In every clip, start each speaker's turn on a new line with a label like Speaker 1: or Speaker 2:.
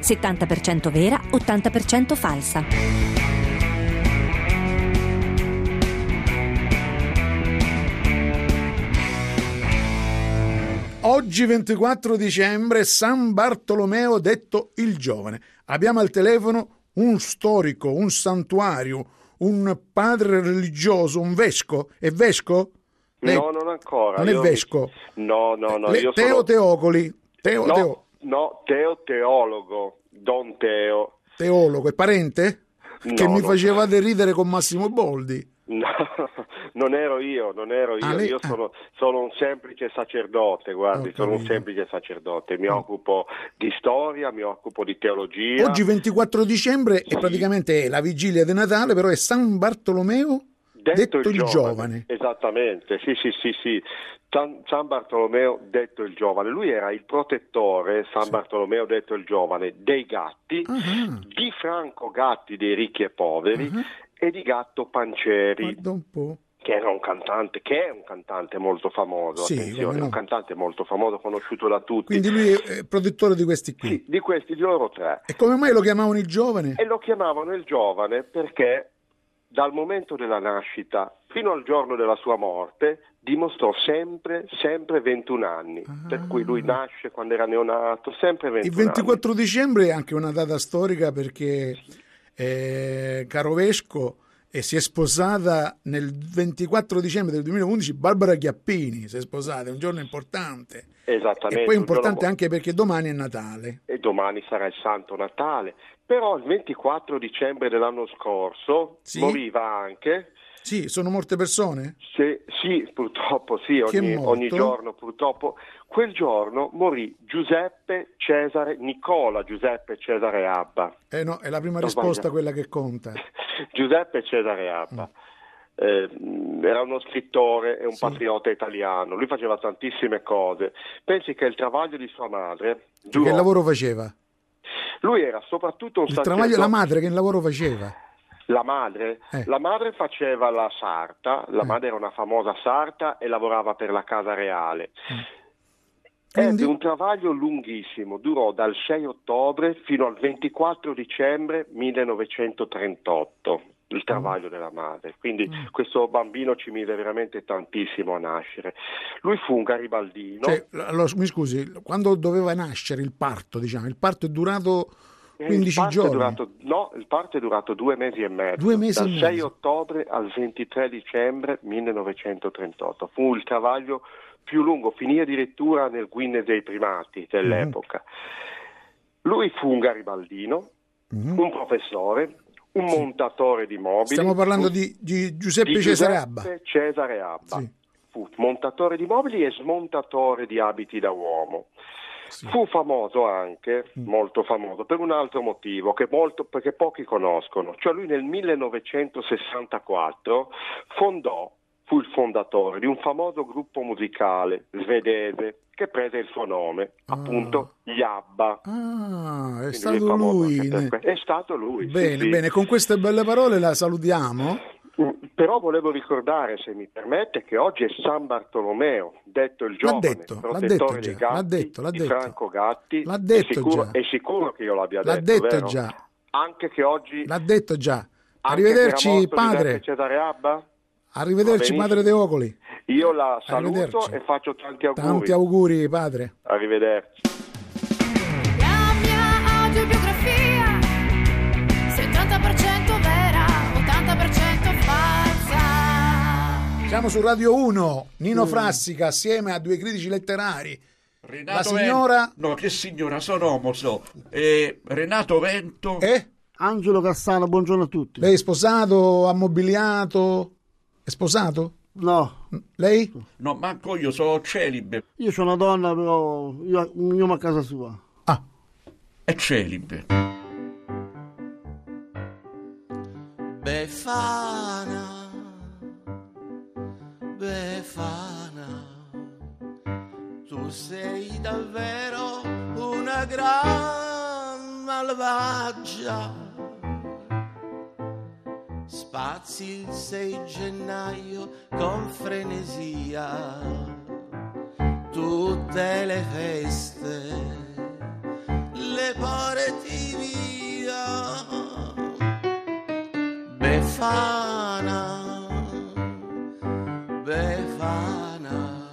Speaker 1: 70% vera, 80% falsa.
Speaker 2: Oggi 24 dicembre San Bartolomeo detto il giovane. Abbiamo al telefono un storico, un santuario, un padre religioso, un vesco. È vesco? Lei-
Speaker 3: No, non ancora.
Speaker 2: Non è
Speaker 3: Io-
Speaker 2: vesco.
Speaker 3: No, no, no.
Speaker 2: Le-
Speaker 3: io
Speaker 2: Teo
Speaker 3: sono...
Speaker 2: Teocoli, Teo,
Speaker 3: no,
Speaker 2: Teo-
Speaker 3: no, Teo teologo, Don Teo.
Speaker 2: teologo, è parente?
Speaker 3: No,
Speaker 2: che mi
Speaker 3: no.
Speaker 2: facevate ridere con Massimo Boldi.
Speaker 3: No, non ero io, non ero io.
Speaker 2: Ah, lei-
Speaker 3: Io
Speaker 2: ah.
Speaker 3: sono, sono un semplice sacerdote, guardi,
Speaker 2: Ho
Speaker 3: sono un
Speaker 2: capito.
Speaker 3: semplice sacerdote. Mi
Speaker 2: Mm.
Speaker 3: occupo di storia, mi occupo di teologia.
Speaker 2: Oggi 24 dicembre è praticamente la vigilia di Natale, però è San Bartolomeo detto, il giovane.
Speaker 3: Esattamente, sì, sì, sì, sì. San, San Bartolomeo detto il giovane. Lui era il protettore, San
Speaker 2: Sì.
Speaker 3: Bartolomeo detto il giovane, dei gatti,
Speaker 2: Ah,
Speaker 3: di Franco Gatti dei ricchi e poveri
Speaker 2: ah,
Speaker 3: e di Gatto Panceri,
Speaker 2: guarda un po'.
Speaker 3: che era un cantante, che è un cantante molto famoso,
Speaker 2: Sì, come
Speaker 3: attenzione,
Speaker 2: no.
Speaker 3: un cantante molto famoso, conosciuto da tutti.
Speaker 2: Quindi lui è è produttore di questi qui.
Speaker 3: Sì, di questi di loro tre.
Speaker 2: E come mai lo chiamavano il giovane?
Speaker 3: E lo chiamavano il giovane perché dal momento della nascita fino al giorno della sua morte dimostrò sempre, sempre 21 anni.
Speaker 2: Ah.
Speaker 3: Per cui lui nasce quando era neonato, sempre 21
Speaker 2: Il 24 dicembre è anche una data storica perché eh, Caro Vesco eh, si è sposata nel 24 dicembre del 2011 Barbara Ghiappini, si è sposata, è un giorno importante.
Speaker 3: anni. Esattamente.
Speaker 2: E poi è
Speaker 3: un giorno
Speaker 2: importante
Speaker 3: mo-
Speaker 2: anche perché domani è Natale.
Speaker 3: e domani sarà il Santo Natale. Però il 24 dicembre dell'anno scorso
Speaker 2: Sì.
Speaker 3: moriva anche,
Speaker 2: Sì, sono molte persone?
Speaker 3: se, sì purtroppo sì,
Speaker 2: Chi è
Speaker 3: ogni,
Speaker 2: morto?
Speaker 3: ogni giorno purtroppo, quel giorno morì Giuseppe Cesare, Nicola Giuseppe Cesare Abba.
Speaker 2: Eh no, è la prima
Speaker 3: Ho
Speaker 2: risposta
Speaker 3: sbagliato.
Speaker 2: quella che conta.
Speaker 3: Giuseppe Cesare Abba. Eh, mh, era uno scrittore e un
Speaker 2: Mm. Sì.
Speaker 3: patriota italiano, lui faceva tantissime cose. Pensi che il travaglio di sua madre,
Speaker 2: Che
Speaker 3: durò-
Speaker 2: lavoro faceva?
Speaker 3: lui era soprattutto un
Speaker 2: Il travaglio la
Speaker 3: sacerdote-
Speaker 2: madre che lavoro faceva?
Speaker 3: Eh, La madre?
Speaker 2: Eh.
Speaker 3: La madre faceva la sarta, la
Speaker 2: Eh.
Speaker 3: madre era una famosa sarta e lavorava per la casa reale.
Speaker 2: Quindi-
Speaker 3: Ebbe un travaglio lunghissimo, durò dal 6 ottobre fino al 24 dicembre 1938, il travaglio della madre. Quindi
Speaker 2: Mm.
Speaker 3: questo bambino ci mise veramente tantissimo a nascere. Lui fu un garibaldino.
Speaker 2: Cioè, l- allora, mi scusi, quando doveva nascere il parto, diciamo, il parto è durato
Speaker 3: Eh,
Speaker 2: 15
Speaker 3: il parto è
Speaker 2: giorni.
Speaker 3: durato- no, il parto è durato due mesi e mezzo.
Speaker 2: Due mesi
Speaker 3: dal
Speaker 2: e
Speaker 3: 6
Speaker 2: mezzo.
Speaker 3: ottobre al 23 dicembre 1938. Fu il travaglio più lungo, finì addirittura nel Guinness dei primati dell'epoca. Lui fu un garibaldino,
Speaker 2: Mhm.
Speaker 3: un professore, un
Speaker 2: Sì.
Speaker 3: montatore di mobili.
Speaker 2: Stiamo parlando
Speaker 3: un-
Speaker 2: di, di Giuseppe
Speaker 3: di
Speaker 2: Cesare
Speaker 3: Giuseppe
Speaker 2: Abba.
Speaker 3: Cesare Abba.
Speaker 2: Sì,
Speaker 3: Fu montatore di mobili e smontatore di abiti da uomo.
Speaker 2: sì.
Speaker 3: Fu famoso anche,
Speaker 2: Mm.
Speaker 3: molto famoso, per un altro motivo che, molto, perché pochi conoscono, cioè lui nel 1964 fondò, fu il fondatore di un famoso gruppo musicale svedese che prese il suo nome,
Speaker 2: Ah.
Speaker 3: appunto gli Abba.
Speaker 2: Ah, è
Speaker 3: Quindi
Speaker 2: stato
Speaker 3: famoso
Speaker 2: lui.
Speaker 3: anche per que- È stato lui. sì,
Speaker 2: Bene,
Speaker 3: sì.
Speaker 2: bene, con queste belle parole la salutiamo.
Speaker 3: Mm, Però volevo ricordare, se mi permette, che oggi è San Bartolomeo, detto il giovane,
Speaker 2: detto, l'ha
Speaker 3: protettore
Speaker 2: detto
Speaker 3: dei
Speaker 2: già,
Speaker 3: gatti,
Speaker 2: l'ha detto, l'ha
Speaker 3: di
Speaker 2: detto.
Speaker 3: Franco Gatti.
Speaker 2: L'ha detto
Speaker 3: è sicuro,
Speaker 2: già.
Speaker 3: È sicuro che io l'abbia
Speaker 2: L'ha
Speaker 3: detto,
Speaker 2: detto
Speaker 3: vero?
Speaker 2: già,
Speaker 3: Anche che oggi...
Speaker 2: l'ha detto già.
Speaker 3: anche che era
Speaker 2: Arrivederci
Speaker 3: morto
Speaker 2: padre,
Speaker 3: Giuseppe Cesare Abba?
Speaker 2: arrivederci
Speaker 3: Va benissimo.
Speaker 2: padre Teocoli.
Speaker 3: Io la saluto
Speaker 2: Arrivederci.
Speaker 3: e faccio tanti auguri.
Speaker 2: Tanti auguri padre.
Speaker 3: Arrivederci.
Speaker 4: La mia autobiografia 70% vera, 80% falsa.
Speaker 2: Siamo su Radio 1,
Speaker 3: Mm.
Speaker 2: Nino Frassica assieme a due critici letterari.
Speaker 5: Renato
Speaker 2: La signora-
Speaker 5: Vento- No, che signora, sono omoso. Eh, Renato Vento.
Speaker 2: Eh?
Speaker 6: Angelo Cassano, buongiorno a tutti.
Speaker 2: Lei è sposato, ammobiliato? È sposato?
Speaker 6: No,
Speaker 2: Lei?
Speaker 5: No, manco io sono celibe.
Speaker 6: io sono una donna, però io ognuno a casa sua.
Speaker 2: Ah,
Speaker 5: è celibe.
Speaker 7: Befana, Befana, tu sei davvero una gran malvagia. Spazi il 6 gennaio con frenesia, tutte le feste le porti via. Befana, Befana,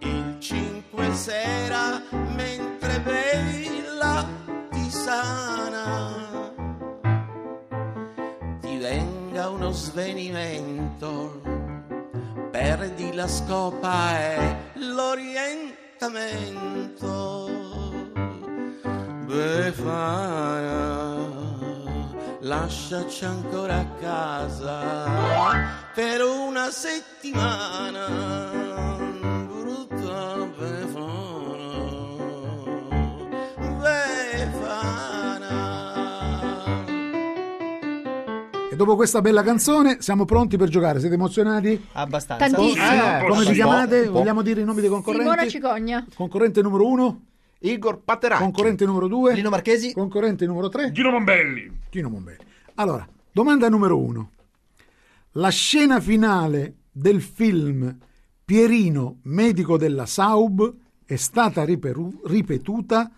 Speaker 7: il 5 sera mentre bella ti sana, ti venga uno svenimento, perdi la scopa e l'orientamento. Befana, lasciaci ancora a casa per una settimana. Brutta Befana, Befana.
Speaker 2: E dopo questa bella canzone siamo pronti per giocare. Siete emozionati?
Speaker 8: Abbastanza.
Speaker 9: Ah,
Speaker 10: Tantissimo.
Speaker 2: Eh, come vi
Speaker 10: Un po',
Speaker 2: chiamate?
Speaker 10: un po'.
Speaker 2: Vogliamo dire i nomi dei concorrenti?
Speaker 10: Simona Cicogna.
Speaker 2: Concorrente numero uno,
Speaker 8: Igor Pateracchi.
Speaker 2: concorrente numero due,
Speaker 8: Lino Marchesi.
Speaker 2: concorrente numero tre,
Speaker 9: Gino Bombelli.
Speaker 2: Gino Mombelli. Allora, domanda numero uno. La scena finale del film Pierino, medico della Saub, è stata riperu- ripetuta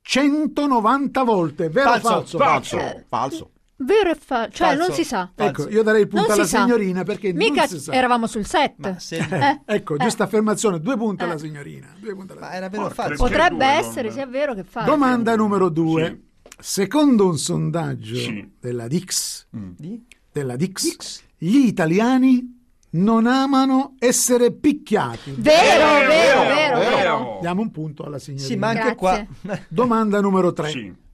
Speaker 2: 190 volte. Vero o falso? Eh,
Speaker 8: Falso. Falso. Falso.
Speaker 10: Vero e falso? Cioè,
Speaker 8: Falso.
Speaker 10: non si sa.
Speaker 2: Ecco, io darei il punto
Speaker 10: Non
Speaker 2: alla
Speaker 10: si sa.
Speaker 2: signorina perché non
Speaker 10: Mica
Speaker 2: si sa.
Speaker 10: eravamo sul set. Eh,
Speaker 2: Ecco,
Speaker 10: eh.
Speaker 2: giusta affermazione, due punti alla signorina. Due punti alla
Speaker 8: Ma era vero o falso?
Speaker 10: Potrebbe
Speaker 9: due,
Speaker 10: essere
Speaker 9: guarda.
Speaker 10: sia vero che falso.
Speaker 2: Domanda numero due. Secondo un sondaggio
Speaker 9: Sì. Mm.
Speaker 2: della Dix,
Speaker 8: Di?
Speaker 2: della Dix, gli italiani non amano essere picchiati.
Speaker 10: Vero, vero, vero,
Speaker 9: Vero,
Speaker 10: vero.
Speaker 9: vero.
Speaker 2: Diamo un punto alla signorina.
Speaker 8: Sì, ma anche
Speaker 10: Grazie.
Speaker 8: qua.
Speaker 2: Domanda numero tre.
Speaker 9: Sì.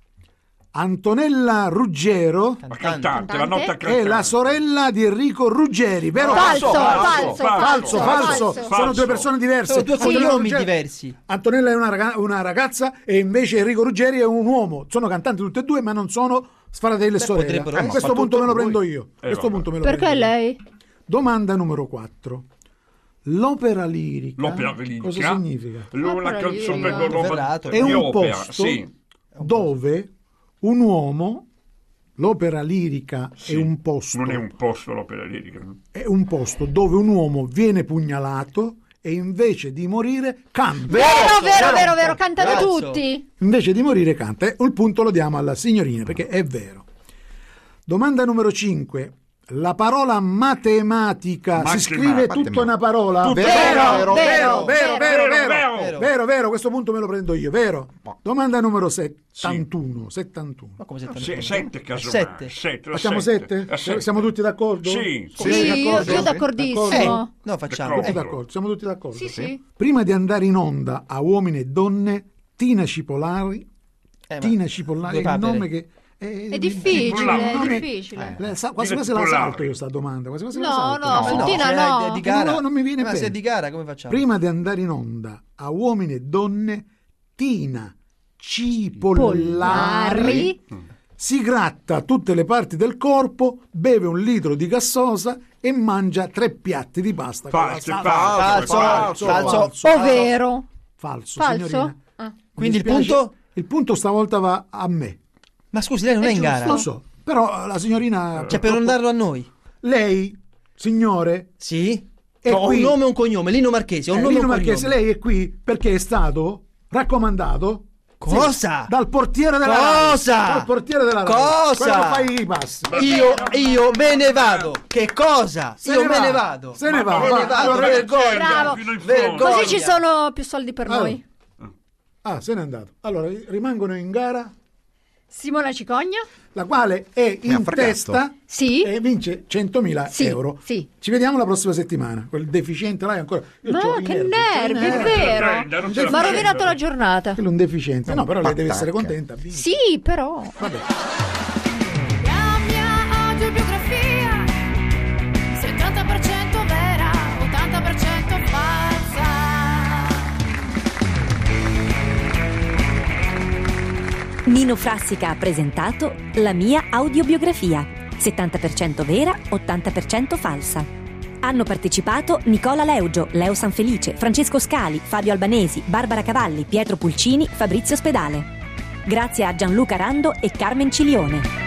Speaker 2: Antonella Ruggero
Speaker 9: La cantante, Ah, la
Speaker 10: Cantante?
Speaker 9: nota
Speaker 2: è
Speaker 9: cantante.
Speaker 2: la sorella di Enrico Ruggeri, vero? o
Speaker 10: Falso, falso,
Speaker 9: Falso,
Speaker 2: Falso,
Speaker 10: falso,
Speaker 2: falso. Sono
Speaker 10: falso.
Speaker 2: due
Speaker 9: Falso.
Speaker 2: persone diverse.
Speaker 8: Sono due
Speaker 2: Antonella
Speaker 8: cognomi
Speaker 2: Ruggeri-
Speaker 8: diversi.
Speaker 2: Antonella è una, raga- una ragazza e invece Enrico Ruggeri è un uomo. Sono cantanti tutti e due, ma non sono fratelli e sorelle.
Speaker 8: potrebbero
Speaker 2: A
Speaker 8: essere.
Speaker 2: questo
Speaker 8: Ma
Speaker 2: punto
Speaker 8: tutto
Speaker 2: me lo
Speaker 8: voi.
Speaker 2: prendo io. A
Speaker 9: Eh,
Speaker 2: questo
Speaker 9: vabbè.
Speaker 2: punto me lo
Speaker 10: Perché
Speaker 2: prendo io.
Speaker 10: lei?
Speaker 2: Domanda numero 4. L'opera lirica.
Speaker 9: L'opera lirica.
Speaker 2: Cosa significa?
Speaker 9: L- Una
Speaker 10: Opera
Speaker 9: canzone
Speaker 10: lirica.
Speaker 9: con
Speaker 8: Verrato.
Speaker 2: È
Speaker 9: di
Speaker 2: un
Speaker 9: opera,
Speaker 2: posto
Speaker 9: sì.
Speaker 2: dove un uomo, l'opera lirica
Speaker 9: sì.
Speaker 2: è un posto.
Speaker 9: Non è un posto l'opera lirica.
Speaker 2: È un posto dove un uomo viene pugnalato e invece di morire canta.
Speaker 10: Vero, vero, vero, vero. Cantano
Speaker 8: Falso.
Speaker 10: tutti.
Speaker 2: Invece di morire canta. Eh, Il punto lo diamo alla signorina
Speaker 9: Ah.
Speaker 2: perché è vero. Domanda numero 5. La parola matematica si
Speaker 9: Matema-
Speaker 2: scrive tutta una parola?
Speaker 9: Tutto
Speaker 2: vero,
Speaker 10: Vero, vero,
Speaker 2: vero,
Speaker 9: Vero,
Speaker 2: vero, vero, vero,
Speaker 9: vero.
Speaker 2: vero, vero, questo punto me lo prendo io, vero? Domanda numero 71, 71.
Speaker 8: Ma come siete Eh,
Speaker 9: Se, sette
Speaker 8: Sette.
Speaker 9: casomai. Sette. la
Speaker 2: Facciamo
Speaker 9: sette.
Speaker 2: 7?
Speaker 9: La sette.
Speaker 2: Siamo tutti d'accordo?
Speaker 9: Sì.
Speaker 2: Come
Speaker 10: Sì,
Speaker 2: siete
Speaker 10: io- io d'accordissimo.
Speaker 2: D'accordo?
Speaker 8: No, facciamo.
Speaker 2: Tutti
Speaker 8: Eh,
Speaker 2: d'accordo, siamo tutti d'accordo.
Speaker 10: Sì, sì.
Speaker 2: Prima di andare in onda a uomini e donne, Tina Cipollari,
Speaker 8: eh, ma-
Speaker 2: Tina
Speaker 8: due
Speaker 2: Cipollari è il
Speaker 8: papere.
Speaker 2: nome che eh,
Speaker 10: È difficile, è
Speaker 9: Cipollari.
Speaker 10: difficile.
Speaker 2: la sa- quasi
Speaker 9: Tina
Speaker 2: quasi la salto
Speaker 9: Cipollari.
Speaker 2: io sta domanda, quasi quasi
Speaker 10: No,
Speaker 2: la salto.
Speaker 10: no,
Speaker 8: No,
Speaker 10: Tina,
Speaker 8: se
Speaker 10: no.
Speaker 8: è di gara.
Speaker 2: No, non mi viene
Speaker 8: ma se
Speaker 2: bene.
Speaker 8: è di gara come facciamo?
Speaker 2: Cioè, Prima di andare in onda a uomini e donne, Tina Cipollari
Speaker 10: Pollari.
Speaker 2: si gratta tutte le parti del corpo, beve un litro di gassosa e mangia tre piatti di pasta. con la
Speaker 9: Falso,
Speaker 2: salsa.
Speaker 9: falso,
Speaker 8: falso, falso.
Speaker 10: Ovvero.
Speaker 2: Falso, Eh. signorina.
Speaker 10: Falso? Ah.
Speaker 2: Mi
Speaker 8: Quindi il
Speaker 2: dispiace-
Speaker 8: punto?
Speaker 2: Il punto stavolta va a me.
Speaker 8: Ma scusi, lei non è, in gara.
Speaker 2: Lo so, però la signorina...
Speaker 8: Cioè, per non darlo a noi.
Speaker 2: Lei, signore,
Speaker 8: Sì? Cioè,
Speaker 2: E
Speaker 8: ho
Speaker 2: qui-
Speaker 8: un nome e un cognome, Lino Marchesi, ho un
Speaker 2: eh,
Speaker 8: nome e
Speaker 2: Lino
Speaker 8: un
Speaker 2: Marchese,
Speaker 8: cognome.
Speaker 2: lei è qui perché è stato raccomandato...
Speaker 8: Cosa?
Speaker 2: Sì, dal portiere della Rai.
Speaker 8: Cosa?
Speaker 2: Dal portiere della Rai.
Speaker 8: Cosa?
Speaker 2: Quello fai i passi.
Speaker 8: Io, io me ne vado. Che cosa?
Speaker 2: Se
Speaker 8: io
Speaker 2: ne
Speaker 8: me
Speaker 2: va,
Speaker 8: ne vado.
Speaker 2: Se ne va.
Speaker 8: me
Speaker 2: va.
Speaker 8: ne vado,
Speaker 2: Allora,
Speaker 8: vergogna.
Speaker 10: Bravo.
Speaker 9: Fino in
Speaker 8: Vergogna.
Speaker 9: fondo.
Speaker 10: Così ci sono più soldi per
Speaker 2: Allora.
Speaker 10: noi.
Speaker 2: Ah, se n'è andato. Allora, rimangono in gara
Speaker 10: Simona Cicogna?
Speaker 2: la quale è in
Speaker 11: fregato.
Speaker 2: testa
Speaker 10: Sì.
Speaker 2: e vince 100.000
Speaker 10: Sì,
Speaker 2: euro.
Speaker 10: sì.
Speaker 2: Ci vediamo la prossima settimana. Quel deficiente là è ancora... io
Speaker 10: Ma
Speaker 2: c'ho i
Speaker 10: che nervi, è
Speaker 9: Agenda, non ce la
Speaker 10: vero. Ma
Speaker 9: facendo.
Speaker 10: ha rovinato la giornata.
Speaker 2: Quello è un deficiente. No, però lei deve essere contenta. ha vinto.
Speaker 10: Sì, però.
Speaker 4: La mia autobiografia 70% vera, 80% falsa
Speaker 1: Nino Frassica ha presentato La mia audiobiografia, 70% vera, 80% falsa. Hanno partecipato Nicola Leugio, Leo Sanfelice, Francesco Scali, Fabio Albanesi, Barbara Cavalli, Pietro Pulcini, Fabrizio Spedale. Grazie a Gianluca Rando e Carmen Cilione.